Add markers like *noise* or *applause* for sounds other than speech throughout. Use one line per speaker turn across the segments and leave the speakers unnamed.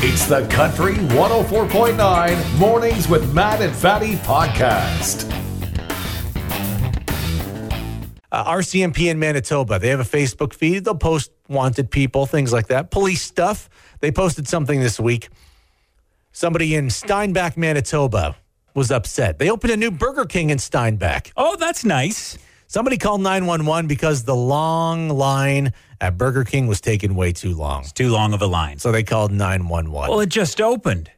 It's the Country 104.9 Mornings with Matt and Fatty podcast.
uh, RCMP in Manitoba. They have a Facebook feed. They'll post wanted people, things like that, police stuff. They posted something this week. Somebody in Steinbach, Manitoba was upset. They opened a new Burger King in Steinbach.
Oh, that's nice.
Somebody called 911 because the long line at Burger King was taking way too long.
It's too long of a line.
So they called 911.
Well, it just opened.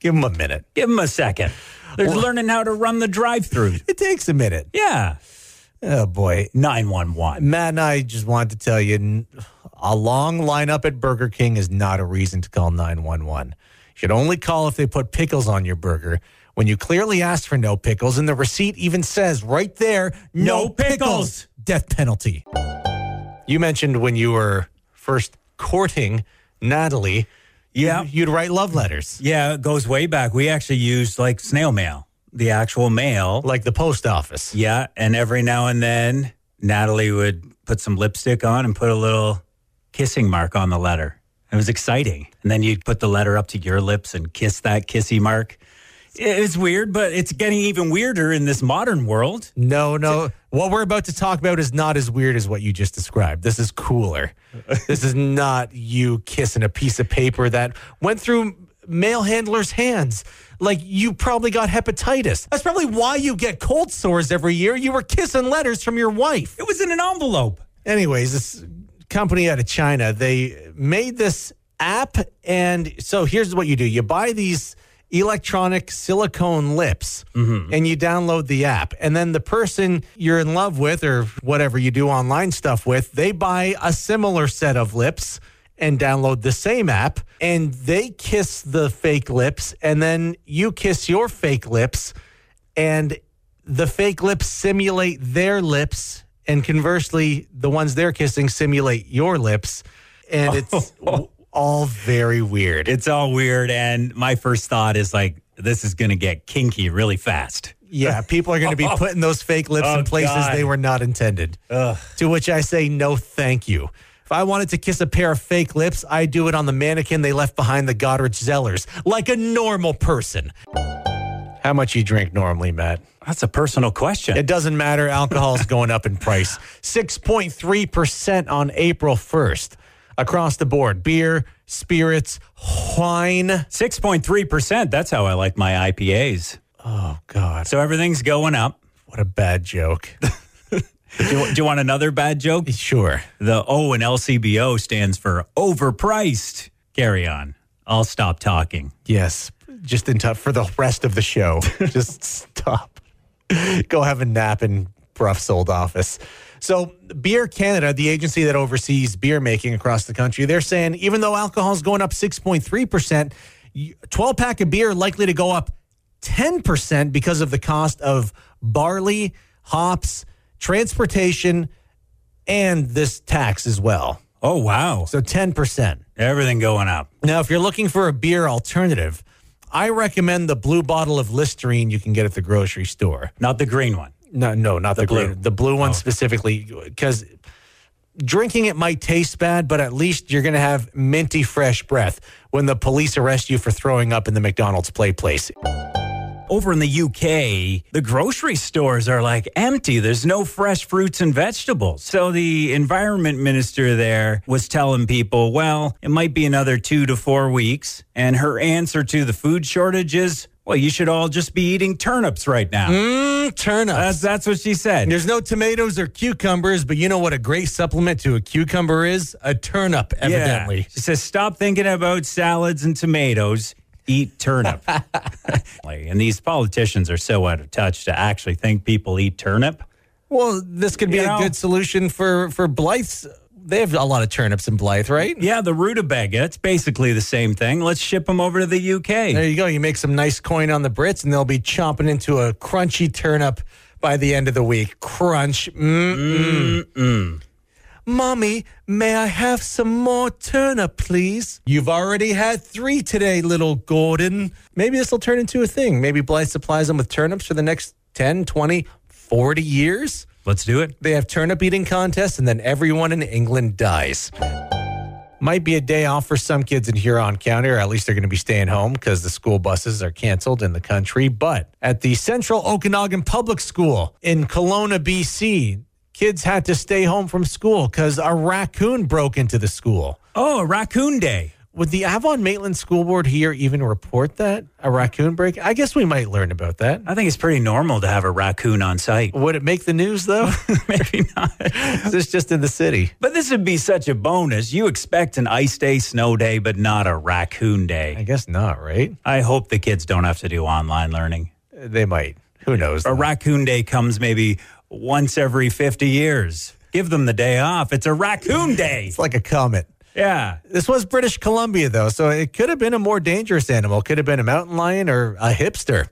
Give them a minute.
Give them a second. They're learning how to run the drive-through.
It takes a minute.
Yeah,
Oh, boy.
nine one one.
Matt and I just wanted to tell you n- a long lineup at Burger King is not a reason to call 911. You should only call if they put pickles on your burger when you clearly asked for no pickles and the receipt even says right there, no,
No pickles."
death penalty. You mentioned when you were first courting Natalie, you,
Yeah.
you'd write love letters
Yeah, it goes way back. We actually used like snail mail, the actual mail.
like the post office.
Yeah, and every now and then Natalie would put some lipstick on and put a little kissing mark on the letter. It was exciting. And then you'd put the letter up to your lips and kiss that kissy mark. It's weird, but it's getting even weirder in this modern world.
No, no. What we're about to talk about is not as weird as what you just described. This is cooler. this is not you kissing a piece of paper that went through mail handlers' hands. Like you probably got hepatitis. That's probably why you get cold sores every year. You were kissing letters from your wife.
It was in an envelope.
Anyways, this company out of China, they made this app. And so here's what you do you buy these electronic silicone lips and you download the app. And then the person you're in love with or whatever you do online stuff with, they buy a similar set of lips and download the same app and they kiss the fake lips and then you kiss your fake lips and the fake lips simulate their lips, and conversely, the ones they're kissing simulate your lips, and
*laughs*
it's w- all very weird.
It's all weird. And my first thought is like, this is going to get kinky really fast.
yeah, people are going to
*laughs*
be putting those fake lips
Oh,
in places
God.
they were not intended. To which I say, no, thank you. If I wanted to kiss a pair of fake lips, I do it on the mannequin they left behind the Goderich Zellers, like a normal person. How much you drink normally, Matt?
That's a personal question.
It doesn't matter. Alcohol's going up in price. 6.3% on April 1st across the board. Beer, spirits, wine.
6.3%. That's how I like my IPAs.
Oh, God.
So everything's going up.
What a bad joke.
Do you, do you want another bad joke?
sure.
The O in LCBO stands for overpriced. Carry on. I'll stop talking.
Yes. Just in time for the rest of the show. Just stop. Go have a nap in Bruff's old office. So, Beer Canada, the agency that oversees beer making across the country, they're saying even though alcohol's going up 6.3%, 12 pack of beer likely to go up 10% because of the cost of barley, hops, transportation, and this tax as well.
Oh, wow.
So 10%.
Everything going up.
Now, if you're looking for a beer alternative, I recommend the blue bottle of Listerine you can get at the grocery store.
Not the green one.
No, no, not the,
blue.
green- the blue Oh. one specifically, because drinking it might taste bad, but at least you're going to have minty fresh breath when the police arrest you for throwing up in the McDonald's play place.
Over in the UK, the grocery stores are like empty. There's no fresh fruits and vegetables. So the environment minister there was telling people, well, it might be another two to four weeks. And her answer to the food shortage is, well, you should all just be eating turnips right now.
Mm, turnips.
That's, that's what she said.
There's no tomatoes or cucumbers, but you know what a great supplement to a cucumber is? A turnip, evidently.
Yeah. She says, stop thinking about salads and tomatoes. Eat turnip. and these politicians are so out of touch to actually think people eat turnip.
Well, this could be
You
a
know-
good solution for for Blythe's. They have a lot of turnips in Blythe, right?
Yeah, the rutabaga. It's basically the same thing. Let's ship them over to the UK.
There you go. You make some nice coin on the Brits, and they'll be chomping into a crunchy turnip by the end of the week. Crunch. Mm-mm. Mommy, may I have some more turnip, please? You've already had three today, little Gordon. Maybe this will turn into a thing. Maybe Blythe supplies them with turnips for the next 10, 20, 40 years.
Let's do it.
They have turnip eating contests, and then everyone in England dies. Might be a day off for some kids in Huron County, or at least they're going to be staying home because the school buses are canceled in the country. But at the Central Okanagan Public School in Kelowna, BC, kids had to stay home from school because a raccoon broke into the school.
Oh, raccoon day.
Would the Avon Maitland School Board here even report that a raccoon break? I guess we might learn about that.
I think it's pretty normal to have a raccoon on site. *laughs*
Would it make the news though? *laughs*
Maybe not.
Is this just in the city?
But this would be such a bonus. You expect an ice day, snow day, but not a raccoon
I
day.
guess not, right?
I hope the kids don't have to do online learning.
They might. Who knows?
A raccoon day comes maybe once every 50 years. Give them the day off. It's a raccoon day.
It's like a comet.
Yeah.
This was British Columbia, though, so it could have been a more dangerous animal. Could have been a mountain lion or a hipster.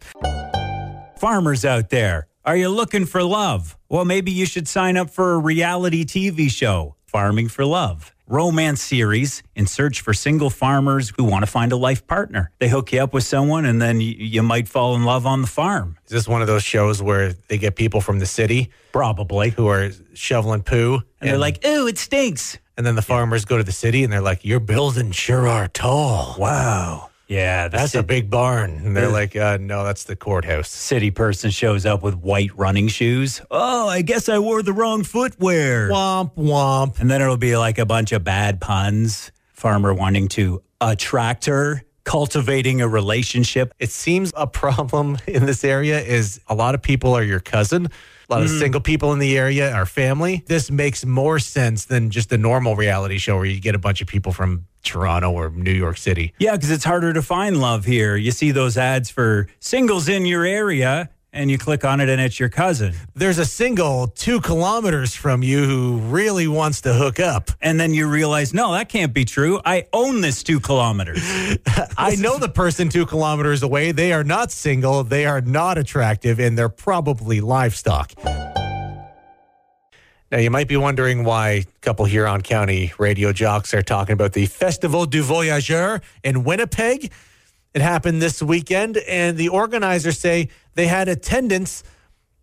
Farmers out there, are you looking for love? Well, maybe you should sign up for a reality TV show, Farming for Love. Romance series in search for single farmers who want to find a life partner. They hook you up with someone and then you, you might fall in love on the farm.
Is this one of those shows where they get people from the city
Probably.
who are shoveling poo, and,
And they're like, ooh, it stinks.
and then the farmers go to the city and they're like, "Your buildings sure are tall.
Wow. Yeah,
That's
that's
a
a
big barn." And they're like, uh, "No, that's the courthouse."
city person shows up with white running shoes. Oh, I guess I wore the wrong footwear.
Womp womp.
And then it'll be like a bunch of bad puns. Farmer wanting to attract her, cultivating a relationship.
It seems a problem *laughs* in this area is a lot of people are your cousin. A lot of single people in the area are family. This makes more sense than just a normal reality show where you get a bunch of people from Toronto or New York City.
Yeah, because it's harder to find love here. You see those ads for singles in your area, and you click on it, and it's your cousin.
There's a single two kilometers from you who really wants to hook up.
And then you realize, no, that can't be true. I own this two kilometers.
I know the person two kilometers away. They are not single, they are not attractive, and they're probably livestock. Now, you might be wondering why a couple Huron County radio jocks are talking about the Festival du Voyageur in Winnipeg. It happened this weekend, and the organizers say they had attendance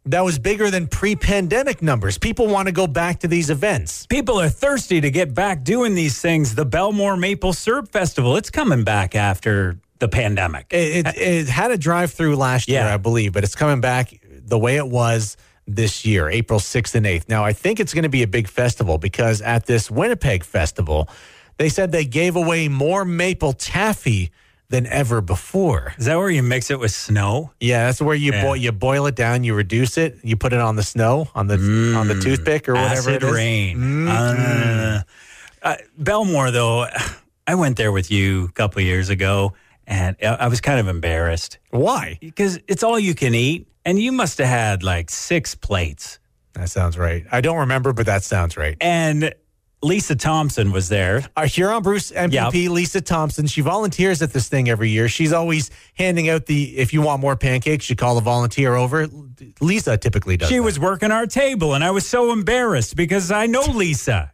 that was bigger than pre pandemic numbers. People want to go back to these events.
People are thirsty to get back doing these things. The Belmore Maple Syrup Festival, it's coming back after the pandemic.
It, it, it had a drive through last year,
Uh, Yeah.
I believe, but it's coming back the way it was this year, April 6th and 8th. Now, I think it's going to be a big festival because at this Winnipeg festival, they said they gave away more maple taffy than ever before.
Is that where you mix it with snow?
Yeah, that's where you
Yeah.
boil you boil it down, you reduce it, you put it on the snow, on the on the toothpick or whatever
Mm. Acid
it is. Mm-hmm.
rain. Uh, uh, Belmore, though, I went there with you a couple years ago, and I I was kind of embarrassed
Why?
because it's all you can eat, and you must have had like six plates.
That sounds right. I don't remember, but that sounds right.
And Lisa Thompson was there.
Our Huron Bruce MPP Lisa Thompson, she volunteers at this thing every year. She's always handing out the if you want more pancakes, you call a volunteer over. L- Lisa typically does.
She
that.
was working our table, and I was so embarrassed because I know Lisa.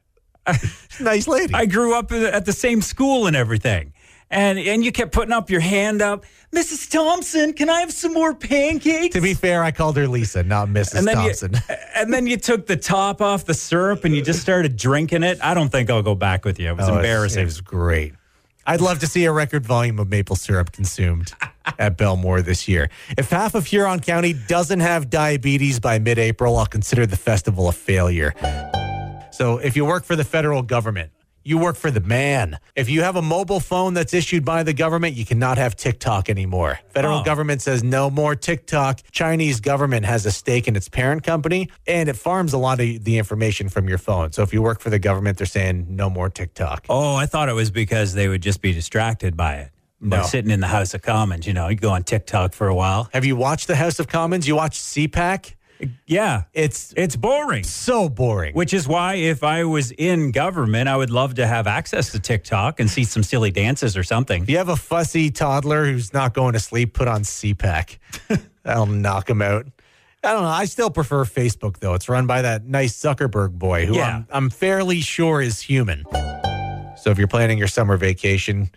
nice lady.
I grew up at the same school and everything. And and you kept putting up your hand up, Mrs. Thompson, can I have some more pancakes?
to be fair, I called her Lisa, not Mrs.
and then
Thompson. *laughs*
You, and then you took the top off the syrup and you just started drinking it. I don't think I'll go back with you. It was
Oh, It
embarrassing.
was great. I'd love to see a record volume of maple syrup
*laughs*
consumed at Belmore this year. If half of Huron County doesn't have diabetes by mid April, I'll consider the festival a failure. So if you work for the federal government, you work for the man. If you have a mobile phone that's issued by the government, you cannot have TikTok anymore. Federal
Oh.
government says no more TikTok. Chinese government has a stake in its parent company and it farms a lot of the information from your phone. So if you work for the government, they're saying no more TikTok.
oh, I thought it was because they would just be distracted by it.
No.
But sitting in the House of Commons, you know, you go on TikTok for a while.
Have you watched the House of Commons? You watched CPAC?
Yeah,
It's
it's boring.
so boring.
Which is why, if I was in government, I would love to have access to TikTok and see some silly dances or something.
If you have a fussy toddler who's not going to sleep, put on CPAC. That'll knock him out. I don't know. I still prefer Facebook, though. It's run by that nice Zuckerberg boy who
Yeah.
I'm, I'm fairly sure is human. So if you're planning your summer vacation,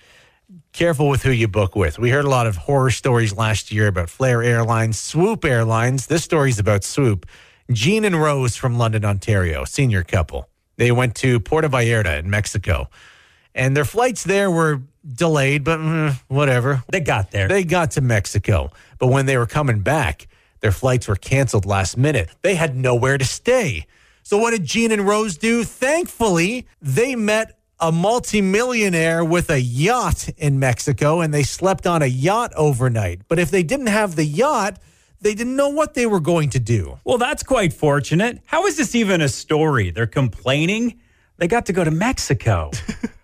careful with who you book with. We heard a lot of horror stories last year about Flair Airlines, Swoop Airlines. This story's about Swoop. Gene and Rose from London, Ontario, senior couple. They went to Puerto Vallarta in Mexico And their flights there were delayed, but mm, whatever.
They got there.
They got to Mexico. But when they were coming back, their flights were canceled last minute. They had nowhere to stay. So what did Gene and Rose do? Thankfully, they met a multimillionaire with a yacht in Mexico and they slept on a yacht overnight. But if they didn't have the yacht, they didn't know what they were going to do.
well, that's quite fortunate. How is this even a story? They're complaining. They got to go to Mexico.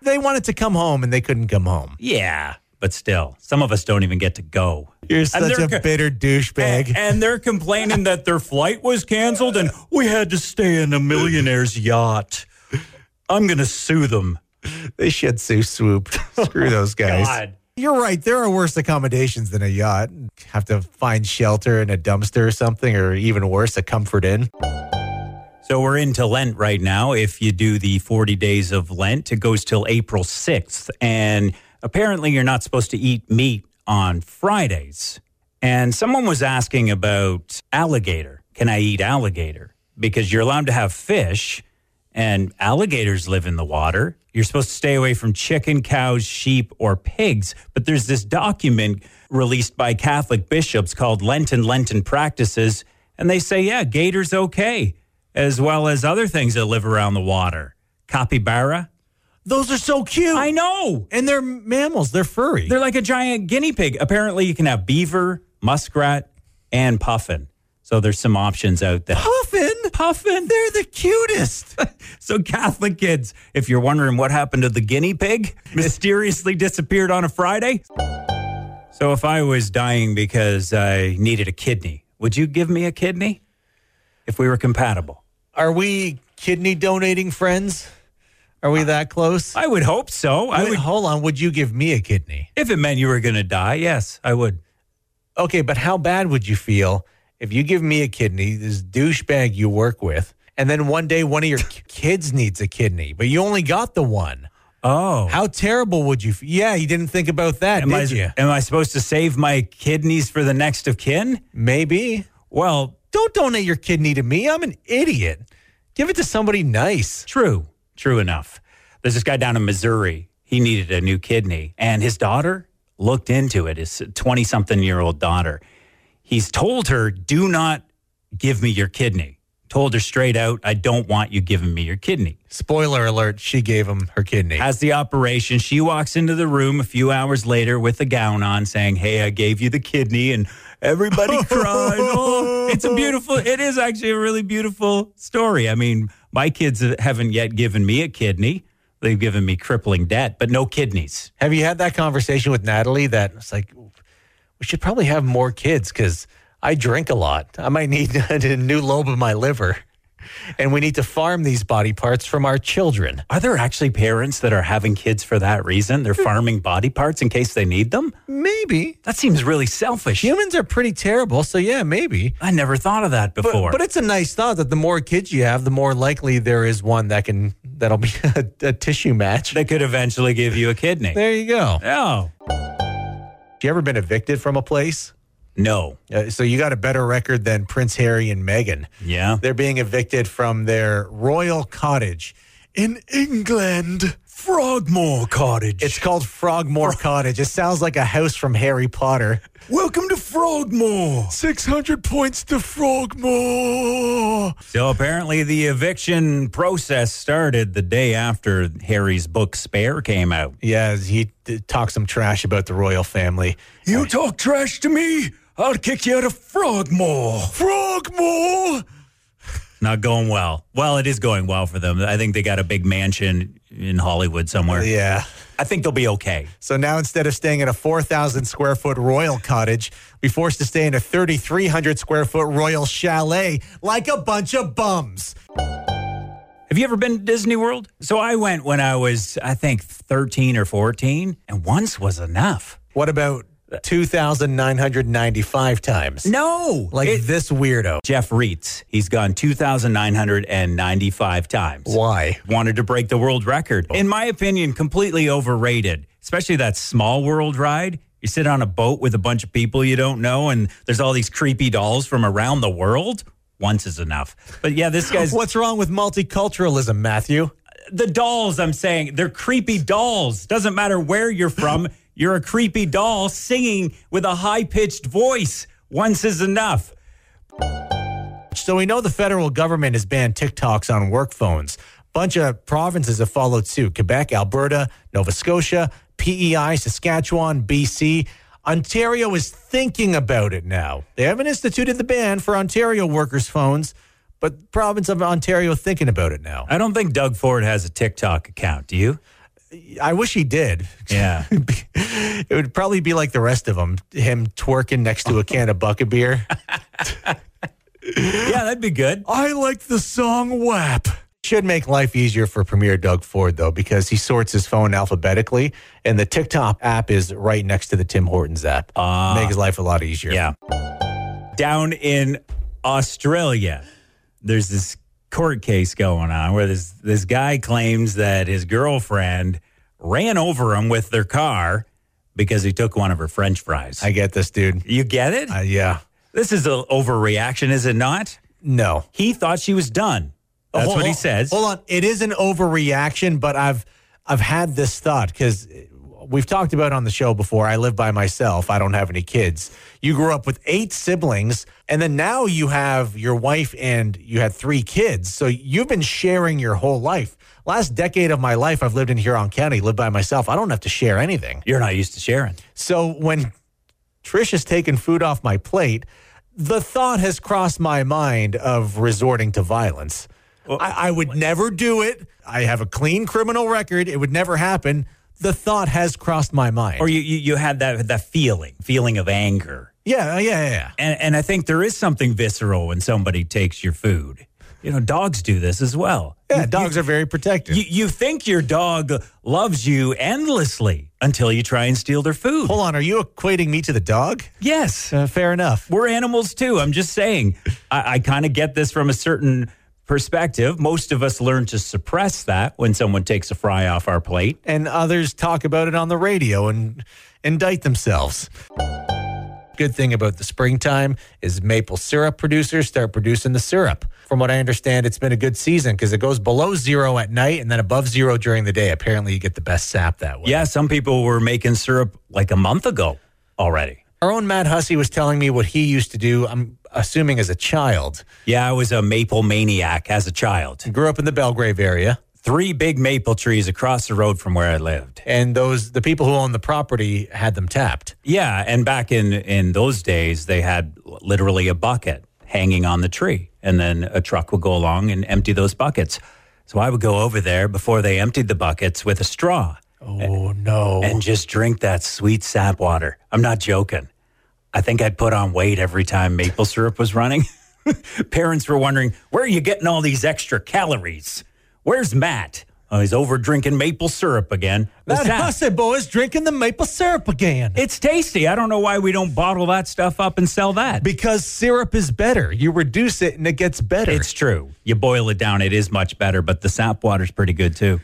They wanted to come home and they couldn't come home.
yeah, but still, some of us don't even get to go.
You're such
they're
a
co-
bitter douchebag.
And they're complaining that their flight was canceled and we had to stay in a millionaire's yacht. I'm going to sue them.
They should sue swoop. *laughs* Screw those guys.
God.
You're right. There are worse accommodations than a yacht. Have to find shelter in a dumpster or something, or even worse, a comfort inn.
So we're into Lent right now. If you do the 40 days of Lent, it goes till April 6th. And apparently, you're not supposed to eat meat on Fridays. And someone was asking about alligator. Can I eat alligator? Because you're allowed to have fish, and alligators live in the water. You're supposed to stay away from chicken, cows, sheep, or pigs. But there's this document released by Catholic bishops called Lenten Lenten Practices. And they say, yeah, gator's okay, as well as other things that live around the water. Capybara.
Those are so cute.
I know.
and they're mammals. They're furry.
They're like a giant guinea pig. Apparently, you can have beaver, muskrat, and puffin. So there's some options out there.
puffin.
Puffin.
They're the cutest.
*laughs* So, Catholic kids, if you're wondering what happened to the
*laughs*
guinea pig, mysteriously disappeared on a Friday. So, if I was dying because I needed a kidney, would you give me a kidney if we were compatible?
Are we kidney donating friends? Are we that close?
I would hope so. I
Wait,
would,
hold on. Would you give me a kidney?
if it meant you were going to die. Yes, I would.
Okay, but how bad would you feel if you give me a kidney, this douchebag you work with, and then one day one of your kids needs a kidney, but you only got the one?
Oh,
How terrible would you? F- yeah, you didn't think about that,
am I,
did you?
am I supposed to save my kidneys for the next of kin?
Maybe.
Well,
Don't donate your kidney to me. I'm an idiot. Give it to somebody nice.
True, true enough. There's this guy down in Missouri. He needed a new kidney, and his daughter looked into it. His 20 something year old daughter. He's told her, Do not give me your kidney. Told her straight out, I don't want you giving me your kidney.
Spoiler alert: she gave him her kidney.
Has the operation. She walks into the room a few hours later with a gown on, saying, Hey, I gave you the kidney. And everybody
*laughs*
cried. Oh, it's a beautiful, it is actually a really beautiful story. I mean, my kids haven't yet given me a kidney. They've given me crippling debt, but no kidneys.
Have you had that conversation with Natalie? That it's like we should probably have more kids because I drink a lot. I might need *laughs* a new lobe of my liver, and we need to farm these body parts from our children.
Are there actually parents that are having kids for that reason? They're farming body parts in case they need them?
Maybe
That seems really selfish.
humans are pretty terrible, so yeah, maybe.
I never thought of that
But,
before.
but it's a nice thought that the more kids you have, the more likely there is one that can that'll be *laughs* a, a tissue match.
they could eventually give you a kidney.
There you go.
Oh,
You ever been evicted from a place?
no.
Uh, so you got a better record than Prince Harry and Meghan.
Yeah.
They're being evicted from their royal cottage in England.
Frogmore Cottage.
It's called Frogmore Cottage. It sounds like a house from Harry Potter.
welcome to Frogmore.
600 points to Frogmore.
So apparently, the eviction process started the day after Harry's book Spare came out.
Yeah, he d- talked some trash about the royal family.
You talk trash to me, I'll kick you out of Frogmore.
Frogmore!
Not going well. Well, it is going well for them. I think they got a big mansion in Hollywood somewhere.
Yeah.
I think they'll be okay.
So now instead of staying in a 4,000 square foot royal cottage, we forced to stay in a 3,300 square foot royal chalet like a bunch of bums.
Have you ever been to Disney World? So I went when I was, I think, 13 or 14, and once was enough.
What about 2,995 times?
No.
Like
It-
this weirdo.
Jeff Reitz. He's gone 2,995 times.
Why?
Wanted to break the world record. In my opinion, completely overrated, especially that small world ride. You sit on a boat with a bunch of people you don't know, and there's all these creepy dolls from around the world. Once is enough. But yeah, this guy's
What's wrong with multiculturalism, Matthew?
the dolls, I'm saying, they're creepy dolls. Doesn't matter where you're from, you're a creepy doll singing with a high pitched voice. Once is enough.
So we know the federal government has banned TikToks on work phones. Bunch of provinces have followed suit: Quebec, Alberta, Nova Scotia, PEI, Saskatchewan, BC. Ontario is thinking about it now. They haven't instituted the ban for Ontario workers' phones, but the province of Ontario thinking about it now.
I don't think Doug Ford has a TikTok account, do you?
I wish he did. *laughs*
Yeah.
it would probably be like the rest of them, him twerking next to a can of bucket beer.
yeah, that'd be good.
*laughs* I like the song WAP. Should make life easier for Premier Doug Ford, though, because he sorts his phone alphabetically, and the TikTok app is right next to the Tim Hortons app.
Ah.
Make his life a lot easier.
Yeah. Down in Australia, there's this court case going on where this this guy claims that his girlfriend ran over him with their car because he took one of her french fries.
I get this, dude.
you get it?
Uh, yeah.
this is an overreaction, is it not?
No.
He thought she was done. That's
Oh, Hold-
what he
hold-
says.
Hold on, it is an overreaction, but I've I've had this thought because we've talked about it on the show before. I live by myself. I don't have any kids. You grew up with eight siblings, and then now you have your wife and you had three kids. So you've been sharing your whole life. Last decade of my life, I've lived in Huron County, lived by myself. I don't have to share anything.
You're not used to sharing.
So when Trish has taken food off my plate, the thought has crossed my mind of resorting to violence. I, I would never do it. I have a clean criminal record. It would never happen. The thought has crossed my mind.
Or you, you, you had that, that feeling, feeling of anger.
yeah, yeah, yeah, yeah.
And, and I think there is something visceral when somebody takes your food. You know, dogs do this as well.
Yeah, dogs are very protective.
You, you think your dog loves you endlessly until you try and steal their food.
Hold on, are you equating me to the dog?
Yes,
Uh, fair enough.
we're animals too. I'm just saying. I, I kind of get this from a certain perspective. Most of us learn to suppress that when someone takes a fry off our plate.
And others talk about it on the radio and indict themselves. Good thing about the springtime is maple syrup producers start producing the syrup. From what I understand, it's been a good season because it goes below zero at night and then above zero during the day. Apparently, you get the best sap that way.
Yeah, some people were making syrup like a month ago already.
Our own Matt Hussey was telling me what he used to do, I'm assuming as a child.
Yeah, I was a maple maniac as a child.
Grew up in the Belgrave area.
Three big maple trees across the road from where I lived.
And those the people who owned the property had them tapped.
Yeah, and back in in those days, they had literally a bucket hanging on the tree, and then a truck would go along and empty those buckets. So I would go over there before they emptied the buckets with a straw
Oh no.
and just drink that sweet sap water. I'm not joking. I think I'd put on weight every time maple syrup was running. *laughs* Parents were wondering, where are you getting all these extra calories? Where's Matt? Oh, he's over drinking maple syrup again. The
Matt
sap.
Hussey boy is drinking the maple syrup again.
It's tasty. I don't know why we don't bottle that stuff up and sell that.
Because syrup is better. You reduce it and it gets better.
It's true. You boil it down, it is much better, but the sap water's pretty good too.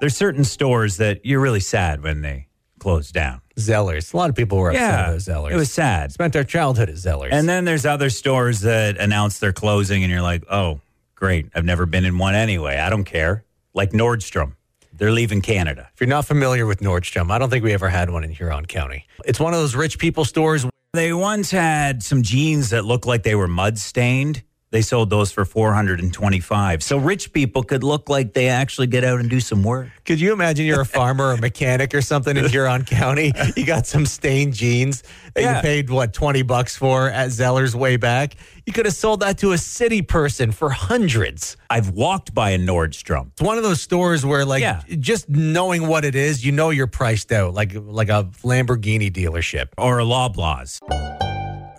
There's certain stores that you're really sad when they close down.
Zellers. A lot of people were upset about Zellers.
It was sad.
spent our childhood at Zellers.
And then there's other stores that announce they're closing and you're like, "Oh, great. I've never been in one anyway. I don't care." Like Nordstrom. They're leaving Canada.
if you're not familiar with Nordstrom, I don't think we ever had one in Huron County. It's one of those rich people stores.
They once had some jeans that looked like they were mud stained. They sold those for 425. So rich people could look like they actually get out and do some work.
Could you imagine *laughs* you're a farmer or mechanic or something in Huron County? You got some stained jeans that
Yeah.
you paid what 20 bucks for at Zellers way back. You could have sold that to a city person for hundreds.
I've walked by a Nordstrom.
It's one of those stores where, like,
Yeah.
just knowing what it is, you know you're priced out, like like a Lamborghini dealership.
or a Loblaws.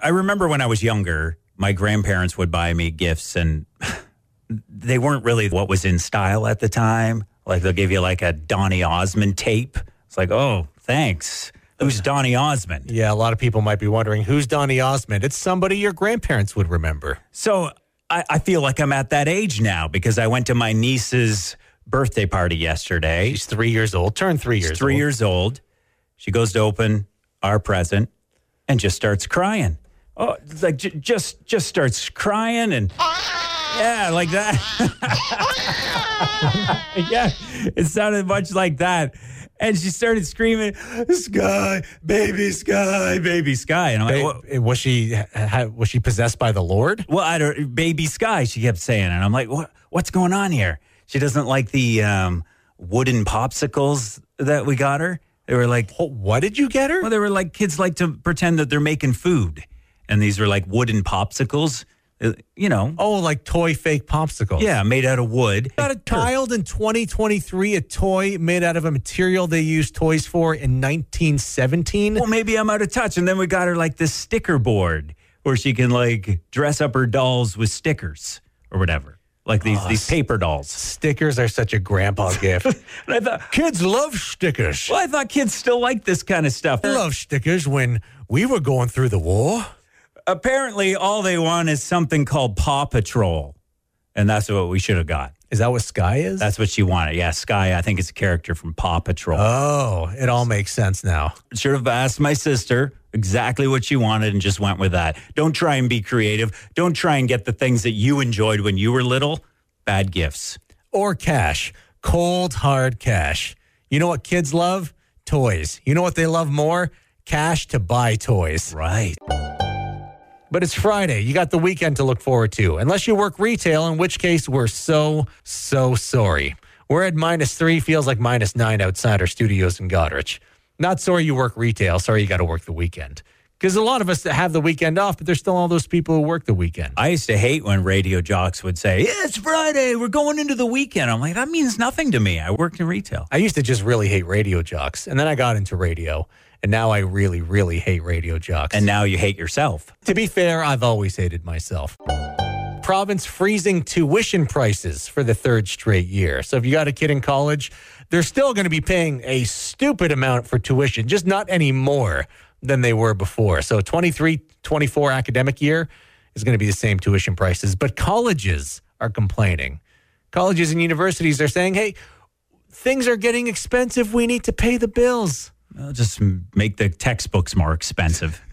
I remember when I was younger, my grandparents would buy me gifts and *sighs* they weren't really what was in style at the time. Like they'll give you like a Donny Osmond tape. It's like, oh, thanks. Who's Donny Osmond?
Yeah, a lot of people might be wondering who's Donny Osmond. It's somebody your grandparents would remember.
So I, I feel like I'm at that age now because I went to my niece's birthday party yesterday.
He's three years old, turned three years.
She's three
old.
years old. She goes to open our present and just starts crying. Oh, it's like j- just just starts crying and Yeah, like that. *laughs* yeah, it sounded much like that. And she started screaming, "Sky, baby, sky, baby, sky!" And I'm like, "What?"
Ba- eh, was she ha- was she possessed by the Lord?
well, I don't, baby sky, she kept saying. And I'm like, what, what's going on here? She doesn't like the um, wooden popsicles that we got her. They were like,
Wh- What did you get her?
well, they were like, kids like to pretend that they're making food. And these were like wooden popsicles, uh, you know.
Oh, like toy fake popsicles.
Yeah, made out of wood.
Got a child in 2023, a toy made out of a material they used toys for in 1917.
well, maybe I'm out of touch. And then we got her like this sticker board where she can like dress up her dolls with stickers or whatever, like these these paper dolls.
Stickers are such a *laughs* grandpa gift.
And I thought,
Kids love stickers.
well, I thought kids still like this kind of stuff.
I love stickers when we were going through the war.
Apparently, all they want is something called Paw Patrol, and that's what we should have got.
Is that what Sky is?
That's what she wanted. Yeah, Sky. I think it's a character from Paw Patrol.
oh, it all makes sense now.
should have asked my sister exactly what she wanted and just went with that. Don't try and be creative. Don't try and get the things that you enjoyed when you were little. Bad gifts.
Or cash. Cold, hard cash. You know what kids love? Toys. You know what they love more? Cash to buy toys.
Right.
But it's Friday. You got the weekend to look forward to, unless you work retail, in which case we're so, so sorry. We're at minus three, feels like minus nine outside our studios in Goderich. Not sorry you work retail, sorry you got to work the weekend. Because a lot of us that have the weekend off, but there's still all those people who work the weekend.
I used to hate when radio jocks would say, yeah, It's Friday. We're going into the weekend. I'm like, That means nothing to me. I worked in retail.
I used to just really hate radio jocks, and then I got into radio, and now I really, really hate radio jocks.
And now you hate yourself.
To be fair, I've always hated myself. Province freezing tuition prices for the third straight year. So if you got a kid in college, they're still going to be paying a stupid amount for tuition, just not any more than they were before. So 23 24 academic year is going to be the same tuition prices, but colleges are complaining. Colleges and universities are saying, "Hey, things are getting expensive. We need to pay the bills."
Well, just m- make the textbooks more expensive.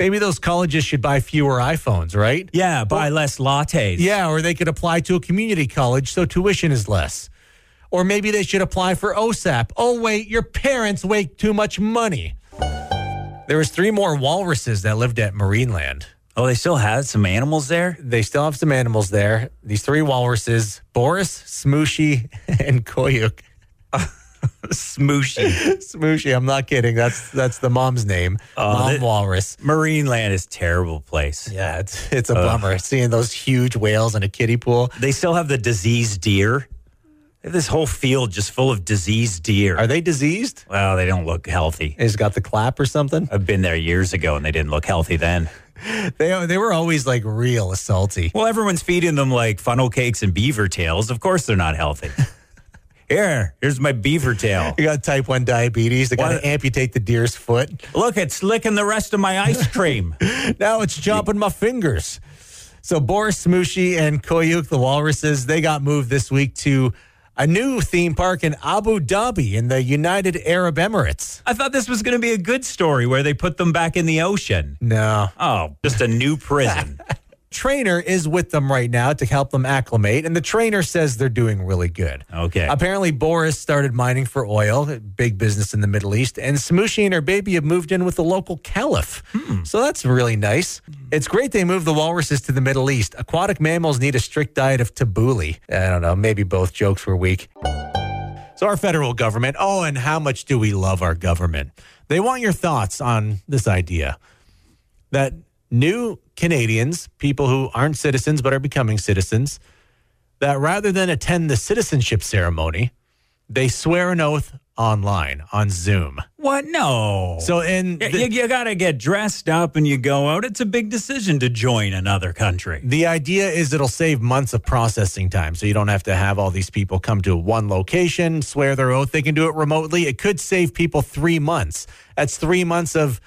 Maybe those colleges should buy fewer iPhones, right?
*laughs* yeah, buy less lattes.
Yeah, or they could apply to a community college so tuition is less. Or maybe they should apply for OSAP. Oh, wait, your parents make too much money. There was three more walruses that lived at Marineland.
Oh, they still had some animals there?
They still have some animals there. These three walruses, Boris, Smooshy, *laughs* and Koyuk. *laughs*
*laughs* Smooshy.
Smooshy, I'm not kidding. That's that's the mom's name. Mom
that-
Walrus.
Marineland is a terrible place.
Yeah, it's it's a bummer seeing those huge whales in a kiddie pool.
They still have the diseased deer. They have this whole field just full of diseased deer.
Are they diseased?
well, they don't look healthy.
It's got the clap or something.
I've been there years ago and they didn't look healthy then.
They they were always like real salty.
Well, everyone's feeding them like funnel cakes and beaver tails. Of course they're
*laughs*
not healthy. Here, here's my beaver tail.
You got type one diabetes. They got
What?
to amputate the deer's foot.
Look, it's licking the rest of my ice cream.
Now it's chopping my fingers. So Boris Smooshy and Koyuk the walruses they got moved this week to a new theme park in Abu Dhabi in the United Arab Emirates.
I thought this was going to be a good story where they put them back in the ocean.
No.
Oh, just a
*laughs*
new prison.
Trainer is with them right now to help them acclimate, and the trainer says they're doing really good.
Okay.
Apparently, Boris started mining for oil, big business in the Middle East, and Smushi and her baby have moved in with the local caliph. So that's really nice. It's great they moved the walruses to the Middle East. Aquatic mammals need a strict diet of tabbouleh. I don't know, maybe both jokes were weak. So, our federal government, oh, and how much do we love our government? They want your thoughts on this idea that new Canadians, people who aren't citizens but are becoming citizens, that rather than attend the citizenship ceremony, they swear an oath online on Zoom.
what? No.
So in
Yeah,
the,
you, you got to get dressed up and you go out. It's a big decision to join another country.
the idea is it'll save months of processing time, so you don't have to have all these people come to one location, swear their oath. They can do it remotely. It could save people three months. That's three months of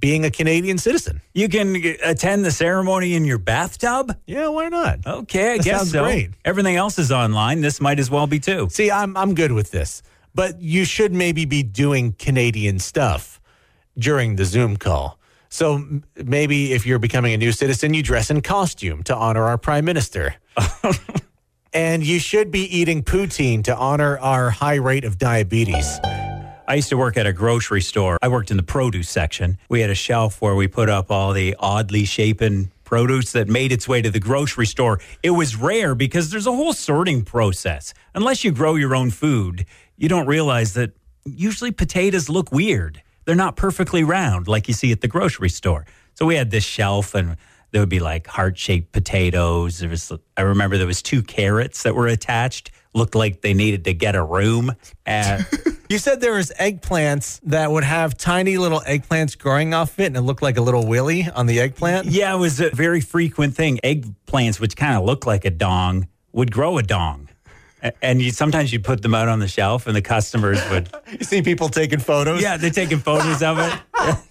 being a Canadian citizen.
You can g- attend the ceremony in your bathtub.
Yeah, why not?
Okay, I
That
guess
sounds
so.
great.
Everything else is online. This might as well be too.
See, I'm I'm good with this, but you should maybe be doing Canadian stuff during the Zoom call. So m- maybe if you're becoming a new citizen, you dress in costume to honor our prime *laughs* minister. and you should be eating poutine to honor our high rate of diabetes.
I used to work at a grocery store. I worked in the produce section. We had a shelf where we put up all the oddly shapen produce that made its way to the grocery store. It was rare because there's a whole sorting process. Unless you grow your own food, you don't realize that usually potatoes look weird. They're not perfectly round like you see at the grocery store. So we had this shelf and there would be like heart-shaped potatoes. There was I remember there was two carrots that were attached. Looked like they needed to get a room. Uh,
You said there was eggplants that would have tiny little eggplants growing off of it and it looked like a little willy on the eggplant.
Yeah, it was a very frequent thing. Eggplants, which kind of look like a dong, would grow a dong. A- And you sometimes you'd put them out on the shelf, and the customers
*laughs*
would.
You see people taking photos.
Yeah, they're taking photos of it.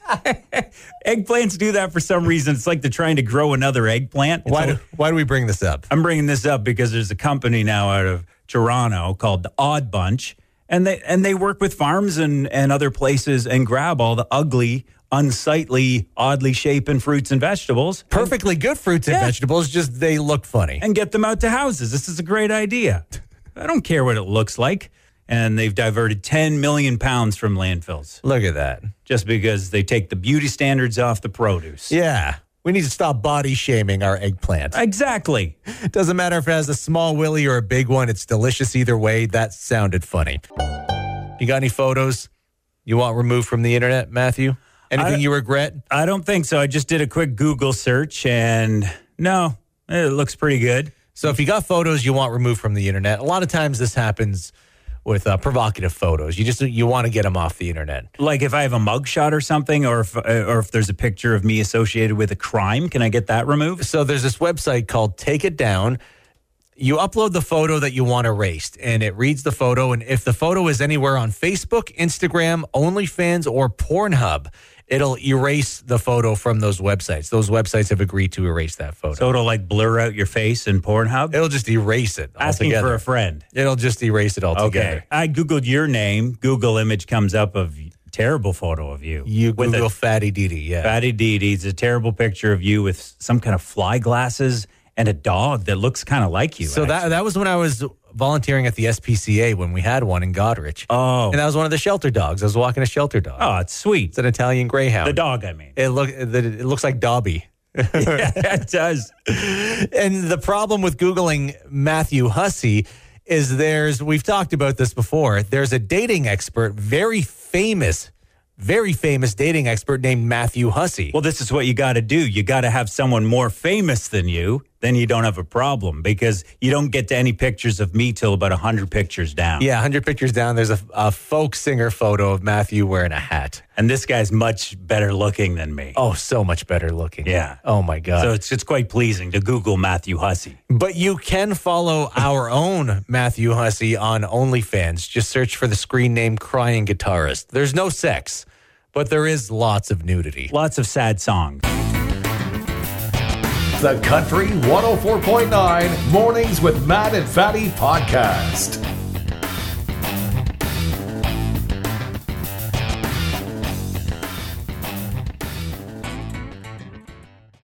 *laughs* Eggplants do that for some reason. It's like they're trying to grow another eggplant. It's
Why
a-
do, why do we bring this up?
I'm bringing this up because there's a company now out of Toronto called the Odd Bunch, and they and they work with farms and and other places and grab all the ugly, unsightly, oddly shapen fruits and vegetables.
Perfectly good fruits and
Yeah.
vegetables, just they look funny.
and get them out to houses. This is a great idea. I don't care what it looks like. And they've diverted 10 million pounds from landfills
Look at that.
just because they take the beauty standards off the produce.
Yeah. We need to stop body shaming our eggplant.
Exactly.
It doesn't matter if it has a small willy or a big one, it's delicious either way. That sounded funny. You got any photos you want removed from the internet, Matthew? Anything
I-
you regret?
I don't think so. I just did a quick Google search and no, it looks pretty good.
So if you got photos you want removed from the internet, a lot of times this happens with uh, provocative photos. You just you want to get them off the internet.
Like if I have a mugshot or something, or if, or if there's a picture of me associated with a crime, can I get that removed?
So there's this website called Take It Down. You upload the photo that you want erased, and it reads the photo. And if the photo is anywhere on Facebook, Instagram, OnlyFans, or Pornhub, it'll erase the photo from those websites. Those websites have agreed to erase that photo.
So it'll like blur out your face in Pornhub.
it'll just erase it
Asking
altogether.
for a friend.
it'll just erase it altogether.
Okay. I Googled your name. Google image comes up of terrible photo of you.
You
with
Google
a
Fatty Didi, yeah.
fatty deedee. It's a terrible picture of you with some kind of fly glasses and a dog that looks kind of like you.
So that that was when I was volunteering at the SPCA when we had one in Godrich.
Oh.
and that was one of the shelter dogs. I was walking a shelter dog.
Oh, it's sweet.
It's an Italian Greyhound.
The dog,
*laughs*
I mean.
It look the- it looks like Dobby.
it does.
And the problem with googling Matthew Hussey is there's we've talked about this before. There's a dating expert, very famous, very famous dating expert named Matthew Hussey.
Well, this is what you got to do. You got to have someone more famous than you. Then you don't have a problem because you don't get to any pictures of me till about 100 pictures down.
yeah, 100 pictures down, there's a, a folk singer photo of Matthew wearing a hat.
And this guy's much better looking than me.
Oh, so much better looking.
Yeah.
Oh, my God.
So it's, it's quite pleasing to Google Matthew Hussey.
But you can follow our own Matthew Hussey on OnlyFans. Just search for the screen name Crying Guitarist. There's no sex, but there is lots of nudity.
Lots of sad songs.
oh The Country 104.9 Mornings with Matt and Fatty Podcast.